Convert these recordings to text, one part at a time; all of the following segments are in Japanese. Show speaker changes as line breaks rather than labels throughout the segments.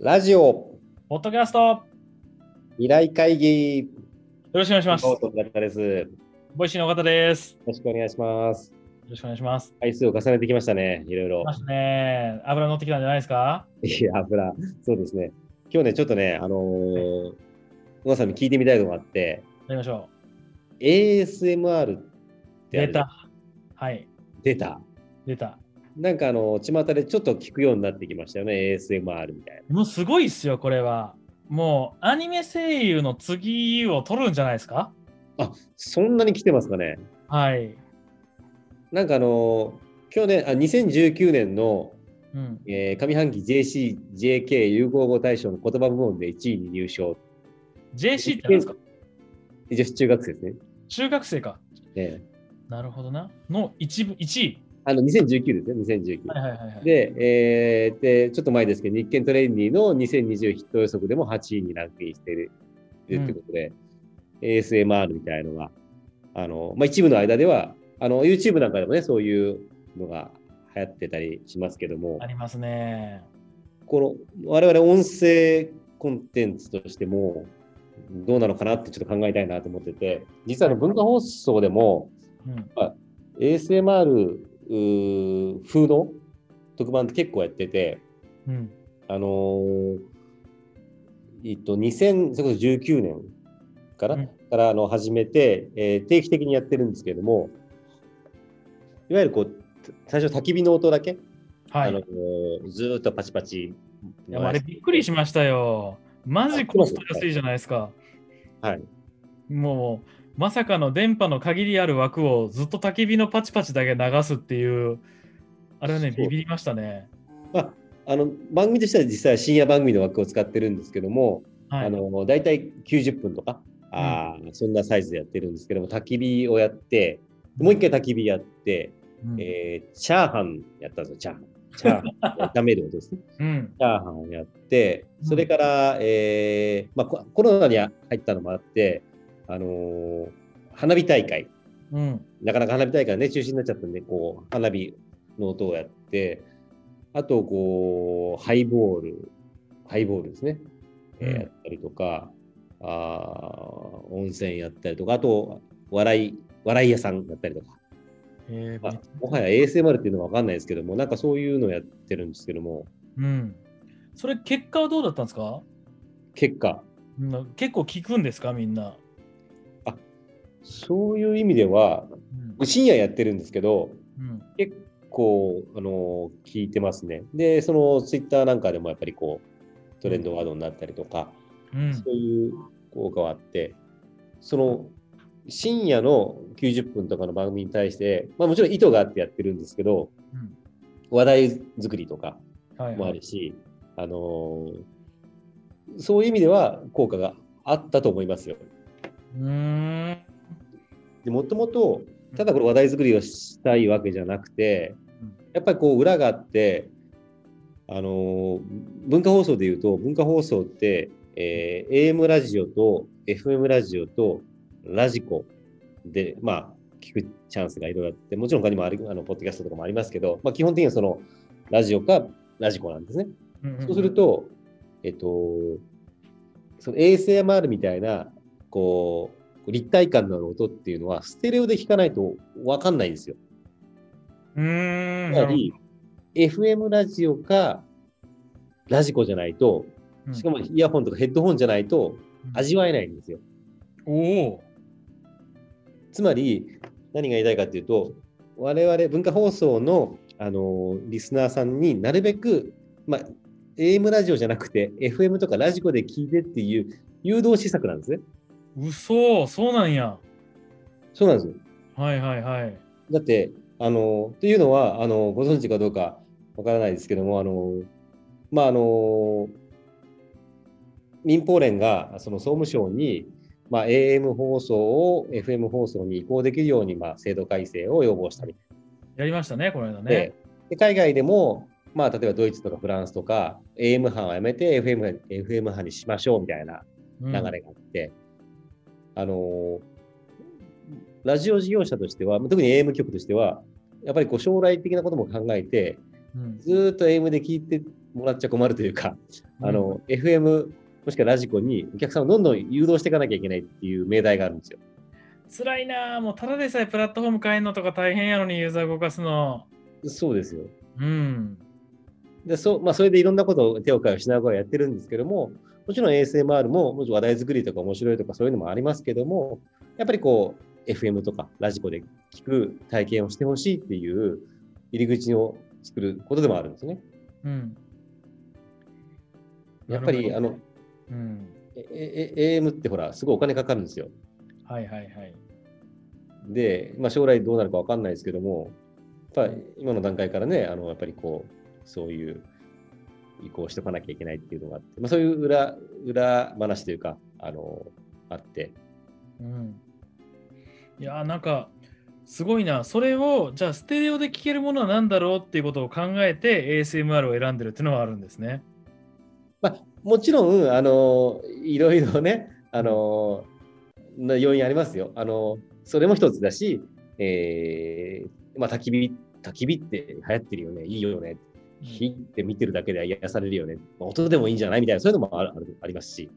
ラジオ
ポッドキャストよ
未来会議よ
ろしくお願いします。
どうも田中です。よ
ボイシーの方です。よ
ろしくお願いします。
ろしくお願いします。
回数を重ねてきましたね、いろいろ
来ま。したね。油乗ってきたんじゃないですか
いや、油、そうですね。今日ね、ちょっとね、あのー、小川さんに聞いてみたいのがあって、
やりましょ
ASMR っ
う。
てあ
出
る
た。はい。
出た。
出た。
なんかあの、巷でちょっと聞くようになってきましたよね、ASMR みたい
もうすごいっすよ、これは。もうアニメ声優の次を取るんじゃないですか
な。あ、そんなに来てますかね。
はい。
なんかあのー、去年、あ、2019年の、
うん。
えー上半期 JCJK 融合語大賞の言葉部門で1位に入賞。
JC って何ですか
女子中学生ですね。
中学生か。
ええ
なるほどな。の一部、1位。
あの2019ですね、2019。
はいはいはい、はい。
で、えーで、ちょっと前ですけど、日経トレンディの2020ヒット予測でも8位にランクインしている
うん
ってことで、ASMR みたいのが、あのまあ、一部の間ではあの、YouTube なんかでもね、そういうのが流行ってたりしますけども
あ、りますね。
この我々音声コンテンツとしても、どうなのかなってちょっと考えたいなと思ってて、実はあの文化放送でも、
うん。
ASMR うー風の特番って結構やってて、
うん。
あのーえっと、2019年から,、
うん
からあの始めて、えー定期的にやってるんですけれども、いわゆるこう、最初焚き火の音だけ、
は
あの
い。
ーずーっとパチパチ。
いやあれびっくりしましたよ。マジコスト安いじゃないですか。
はい。
もう、まさかの電波の限りある枠をずっと焚き火のパチパチだけ流すっていう、あれはね、
そう
ビビりましたね。
まああの番組としては実際深夜番組の枠を使ってるんですけども、
はい。
あ
う
の大体90分とか、あーそんなサイズでやってるんですけども焚き火をやってもう一回焚き火やって、
ん
えーチャーハンやったんですよチャーハン。チャーハ ン炒める音ですね。
うん。
チャーハンをやって
うん
それから、えーまあ、ココロナに入ったのもあって、あのー花火大会
うん。
なかなか花火大会がね中止になっちゃったんでこう花火の音をやってあとこうハイボールハイボールですね、えー
うん
やったりとかあー温泉やったりとかあと笑い笑い屋さんやったりとか、
えー
まあ、もはや ASMR っていうのは分かんないですけどもなんかそういうのをやってるんですけども
うん。それ、結果はどうだったんですか
結果
うん結構聞くんですか、みんな。
そういう意味では
うん。
深夜やってるんですけど
うん
結構、あの聞いてますね。で、そのツイッターなんかでもやっぱりこう、トレンドワードになったりとか、
うん
そういう効果はあって、その、深夜の90分とかの番組に対して、まあもちろん意図があってやってるんですけど、
うん
話題作りとか
はい
も
は
あ
い
るし、あのそういう意味では効果があったと思いますよ。
うーん。
でもともとただこれ話題作りをしたいわけじゃなくて
うん
やっぱりこう裏があってあのー文化放送でいうと文化放送って、えー AM ラジオと FM ラジオとラジコでまあ聞くチャンスがいろいろあってもちろん他にもあるあのポッドキャストとかもありますけど、まあ、基本的にはそのラジオかラジコなんですね。
うん
そうする、と、えっと、その ASMR みたいな、こう、立体感のある音っていうのは、ステレオで聞かないと分かんないんですよ。
うーん。
つまり、FM ラジオか、ラジコじゃないと、
うん
しかもイヤホンとかヘッドホンじゃないと
うん
味わえないんですよ。
おお。
つまり、何が言いたいかっていうと、我々、文化放送の、あのリスナーさんになるべく、まあ、AM ラジオじゃなくて、FM とかラジコで聞いてっていう誘導施策なんですね。
嘘そうなんや。
そうなんですよ。
はいはいはい。
だって、あの、というのは、あの、ご存知かどうかわからないですけども、あの、まあ、あの、民放連が、その総務省に、まあ、AM 放送を FM 放送に移行できるように、まあ、制度改正を要望したみた
やりましたね、この間
いで、
ね。
で海外でも、まあ、例えばドイツとかフランスとか、AM 派はやめて FM 派 FM 派にしましょうみたいな
流
流れがあって、あのーラジオ事業者としては、特に AM 局としては、やっぱりこう将来的なことも考えて、ずーっと AM で聞いてもらっちゃ困るというか、あの、FM もしくはラジコにお客さんをどんどん誘導していかなきゃいけないっていう命題があるんですよ。
辛いなあもうただでさえプラットフォーム変えんのとか大変やのにユーザー動かすの
そうですよ。
うん
で、そう、まあ、それでいろんなことを手を変えをしながらやってるんですけども、もちろん ASMR も、もちろん話題作りとか面白いとかそういうのもありますけども、やっぱりこう、FM とかラジコで聞く体験をしてほしいっていう入り口を作ることでもあるんですね。
うん
やっぱり、
な
あ
るほど
の、
うん
ええ AM ってほら、すごいお金かかるんですよ。
はいはいはい
で、まあ、将来どうなるかわかんないですけども、やっぱり今の段階からね、あのやっぱりこう、そういう移行しておかなきゃいけないっていうのがあって、まあ、そういう裏裏話というか、あのあって、
うんいやーなんかすごいなそれをじゃあステレオで聴けるものは何だろうっていうことを考えて ASMR を選んでるっていうのはあるんですね
まあ、もちろん、あのいろいろね、あのな要因ありますよ。あのそれも一つだし、えーまあ、焚き火、焚き火って流行ってるよね、いいよね、火って見てるだけで癒されるよね、まあ音でもいいんじゃないみたいな、そういうのもあるあるありますし。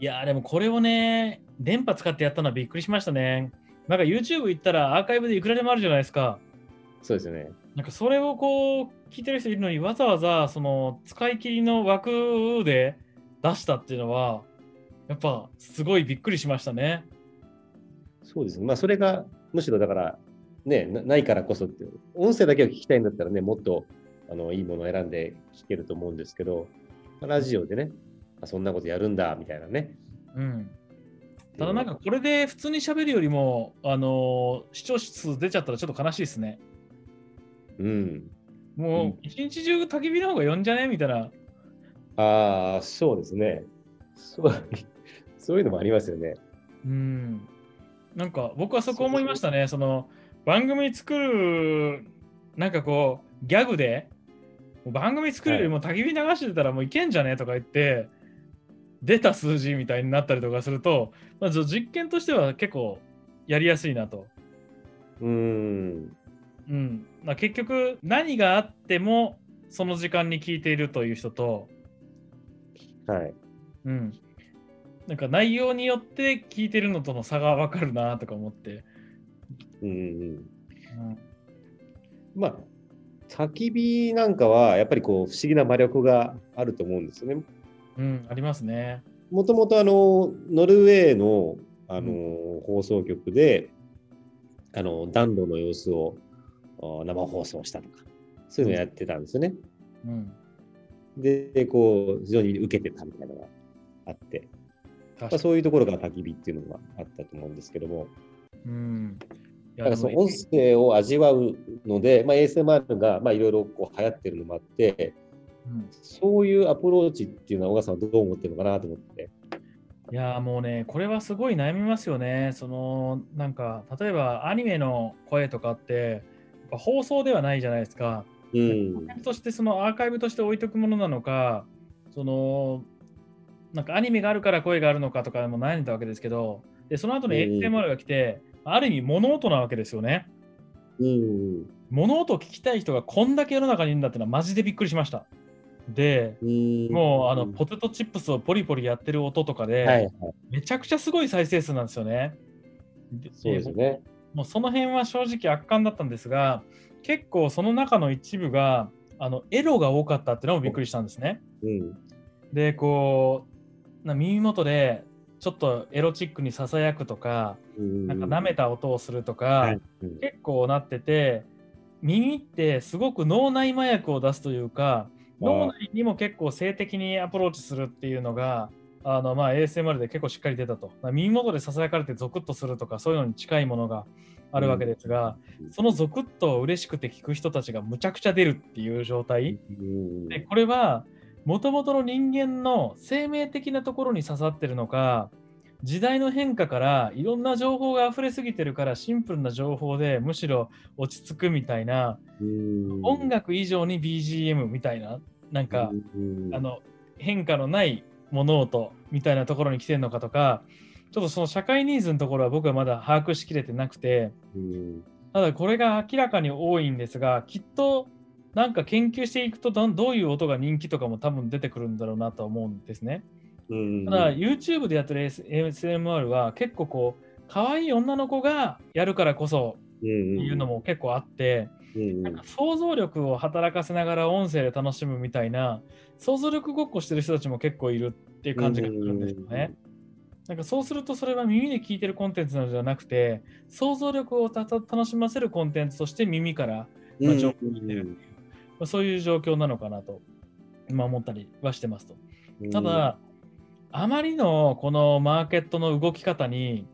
いやーでもこれをね電波使ってやったのはびっくりしましたねなんか YouTube 行ったらアーカイブでいくらでもあるじゃないですか
そうですよね。
なんかそれをこう聞いてる人いるのにわざわざその使い切りの枠で出したっていうのはやっぱすごいびっくりしましたね。
そうですね。まあ、それがむしろだから、ね、なないからこそって、音声だけを聞きたいんだったらね、もっとあのいいものを選んで聞けると思うんですけど、まあラジオでね、あそんなことやるんだみたいなね。
うん、ただなんかこれで普通に喋るよりも、あのー視聴数出ちゃったらちょっと悲しいですね。
うん。
もう一日中焚き火の方が呼んじゃねみたいな。
ああ、そうですね。そう そういうのもありますよね。
うん、なんか僕はそこ思いましたね。その番組作るなんかこうギャグでもう番組作るよりも焚き火流してたらもういけんじゃねとか言って出た数字みたいになったりとかすると、まあ、じょ実験としては結構やりやすいなと。
うーん。
うんまあ、結局何があってもその時間に聞いているという人と、
はい。
うん、なんか内容によって聞いてるのとの差が分かるなとか思って。
うんうん。まあ、焚き火なんかは、やっぱりこう、不思議な魔力があると思うんですよね。
うん、うん、ありますね。
もともとあのノルウェーのあの、
う
放送局であの暖炉の様子をあ生放送したとかそういうのをやってたんですよね。
うん、
でこう非常に受けてたみたいなのがあって、まあ、そういうところが焚き火っていうのがあったと思うんですけども
うん。い
だからそ
で
の
も
音声を味わうので、まあ、ASMR がまあいろいろこう流行ってるのもあって
うん
そういうアプローチっていうのは小川さんはどう思ってるのかなと思って。
いやーもうね、これはすごい悩みますよね。そのなんか例えばアニメの声とかってやっぱ放送ではないじゃないですか。
うん
としてそのアーカイブとして置いとくものなのか、そのなんかアニメがあるから声があるのかとかも悩んでたわけですけど、でその後の
うん
ASMR が来て、ある意味物音なわけですよね。
うん
物音を聞きたい人がこんだけ世の中にいるんだってのはマジでびっくりしました。で、
うん
もうあのポテトチップスをポリポリやってる音とかで、
はい
めちゃくちゃすごい再生数なんですよね。で
そうですよね。
もうその辺は正直圧巻だったんですが、結構その中の一部があのエロが多かったってのもびっくりしたんですね。
うん。
で、こう、な耳元でちょっとエロチックにささやくとか、
な
なんか舐めた音をするとか、
はいうん
結構なってて、耳ってすごく脳内麻薬を出すというか、脳内にも結構性的にアプローチするっていうのが、あのまあ ASMR で結構しっかり出たと。耳元でささやかれてゾクッとするとか、そういうのに近いものがあるわけですが、
うん
そのゾクッとを嬉しくて聞く人たちがむちゃくちゃ出るっていう状態。
うん
で、これは、もともとの人間の生命的なところに刺さってるのか、時代の変化からいろんな情報が溢れすぎてるからシンプルな情報でむしろ落ち着くみたいな
うん
音楽以上に BGM みたいななんか、
うん
あの変化のない物音みたいなところに来てるのかとかちょっとその社会ニーズのところは僕はまだ把握しきれてなくて
うん
ただこれが明らかに多いんですがきっとなんか研究していくとどんどういう音が人気とかも多分出てくるんだろうなとは思うんですね。
うん
ただ YouTube でやってる S- ASMR は結構こう可愛い女の子がやるからこそっていうのも結構あって、
うん
なんか想像力を働かせながら音声で楽しむみたいな想像力ごっこしてる人たちも結構いるっていう感じがするんですよね。なんかそうするとそれは耳で聞いてるコンテンツなのではなくて想像力をたた楽しませるコンテンツとして耳から
うん
まあ情報を得てるっていうまあそういう状況なのかなと、まあ、思ったりはしてますと。た、だ、あまりのこのマーケットの動き方に、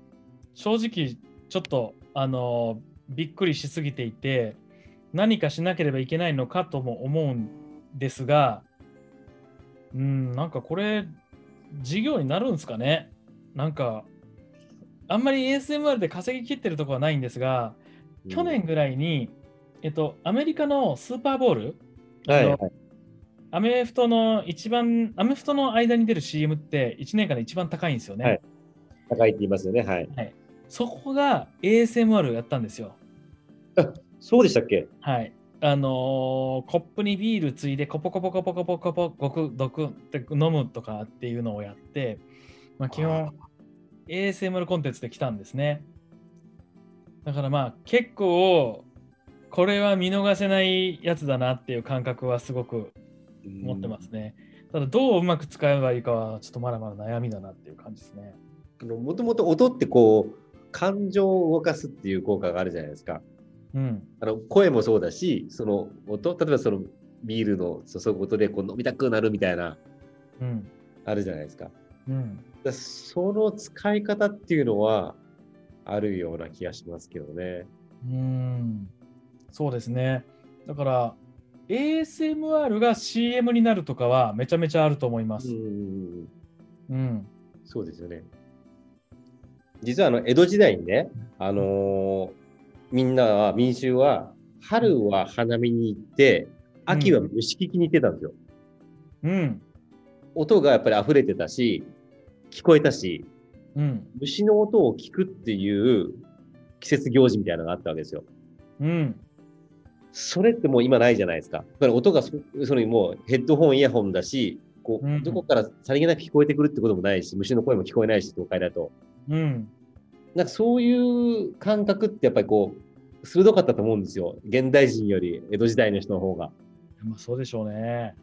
正直、ちょっとあのびっくりしすぎていて、何かしなければいけないのかとも思うんですが、うん、なんかこれ、事業になるんですかね。なんか、あんまり ASMR で稼ぎきってるところはないんですが、
うん
去年、ぐらいに、えっと、アメリカのスーパーボール、
はい
あ
は
のアメフトの一番、アメフトの間に出る CM って1年間で一番高いんですよね。
はいい、高いって言いますよね。はい。
そこが ASMR をやったんですよ。
そうでしたっけ
はい。あのーコップにビールついでコポコポコポコポコポゴクドクって飲むとかっていうのをやって、まあ、基
あ
本 ASMR コンテンツで来たんですね。だからまあ結構これは見逃せないやつだなっていう感覚はすごく持ってますね。ただどううまく使えばいいかはちょっとまだまだ悩みだなっていう感じですね。
もともと音ってこう、感情を動かすっていう効果があるじゃないですか。
うん。
あの声もそうだし、その音、例えばそのビールの注ぐ音でこう飲みたくなるみたいな、
うん。
あるじゃないですか。だか
うん。
らその使い方っていうのは、あるような気がしますけどね。
うーんそうですね。だから、ASMR が CM になるとかはめちゃめちゃあると思いま
う
す。
ん
うん。
そうですよね。実はあの江戸時代にね、あのーみんなは民衆は春は花見に行って、秋は虫聞きに行ってたんですよ。
うん。
音がやっぱり溢れてたし、聞こえたし、
うん。
虫の音を聞くっていう季節行事みたいなのがあったわけですよ。
うん。
それってもう今ないじゃないですか。だから音がそそのもうヘッドホン、イヤホンだし、こ
うん
うどこからさりげなく聞こえてくるってこともないし、虫の声も聞こえないし、都会だと。
うん。
なんかそういう感覚ってやっぱりこう、鋭かったと思うんですよ。現代人より江戸時代の人の方が。
まあ、そうでしょうね。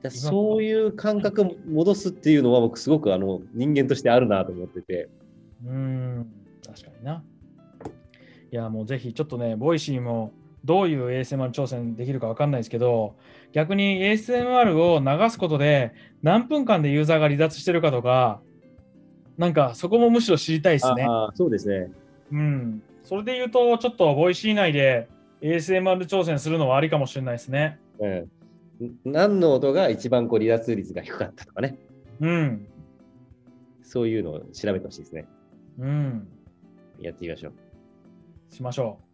だからそういう感覚を戻すっていうのは僕すごくあの人間としてあるなと思ってて。
うん。確かにな。いや、もうぜひちょっとね、ボイシーもどういう ASMR 挑戦できるかわかんないですけど、逆に ASMR を流すことで何分間でユーザーが離脱してるかとか、なんかそこもむしろ知りたいですね。
ああ、そうですね。
うん、それで言うと、ちょっとボイシー内で ASMR 挑戦するのはありかもしれないですね。
うん。何の音が一番こう離脱率が低かったとかね。
うん、
そういうのを調べてほしいですね。
うん、
やってみましょう。
しましょう。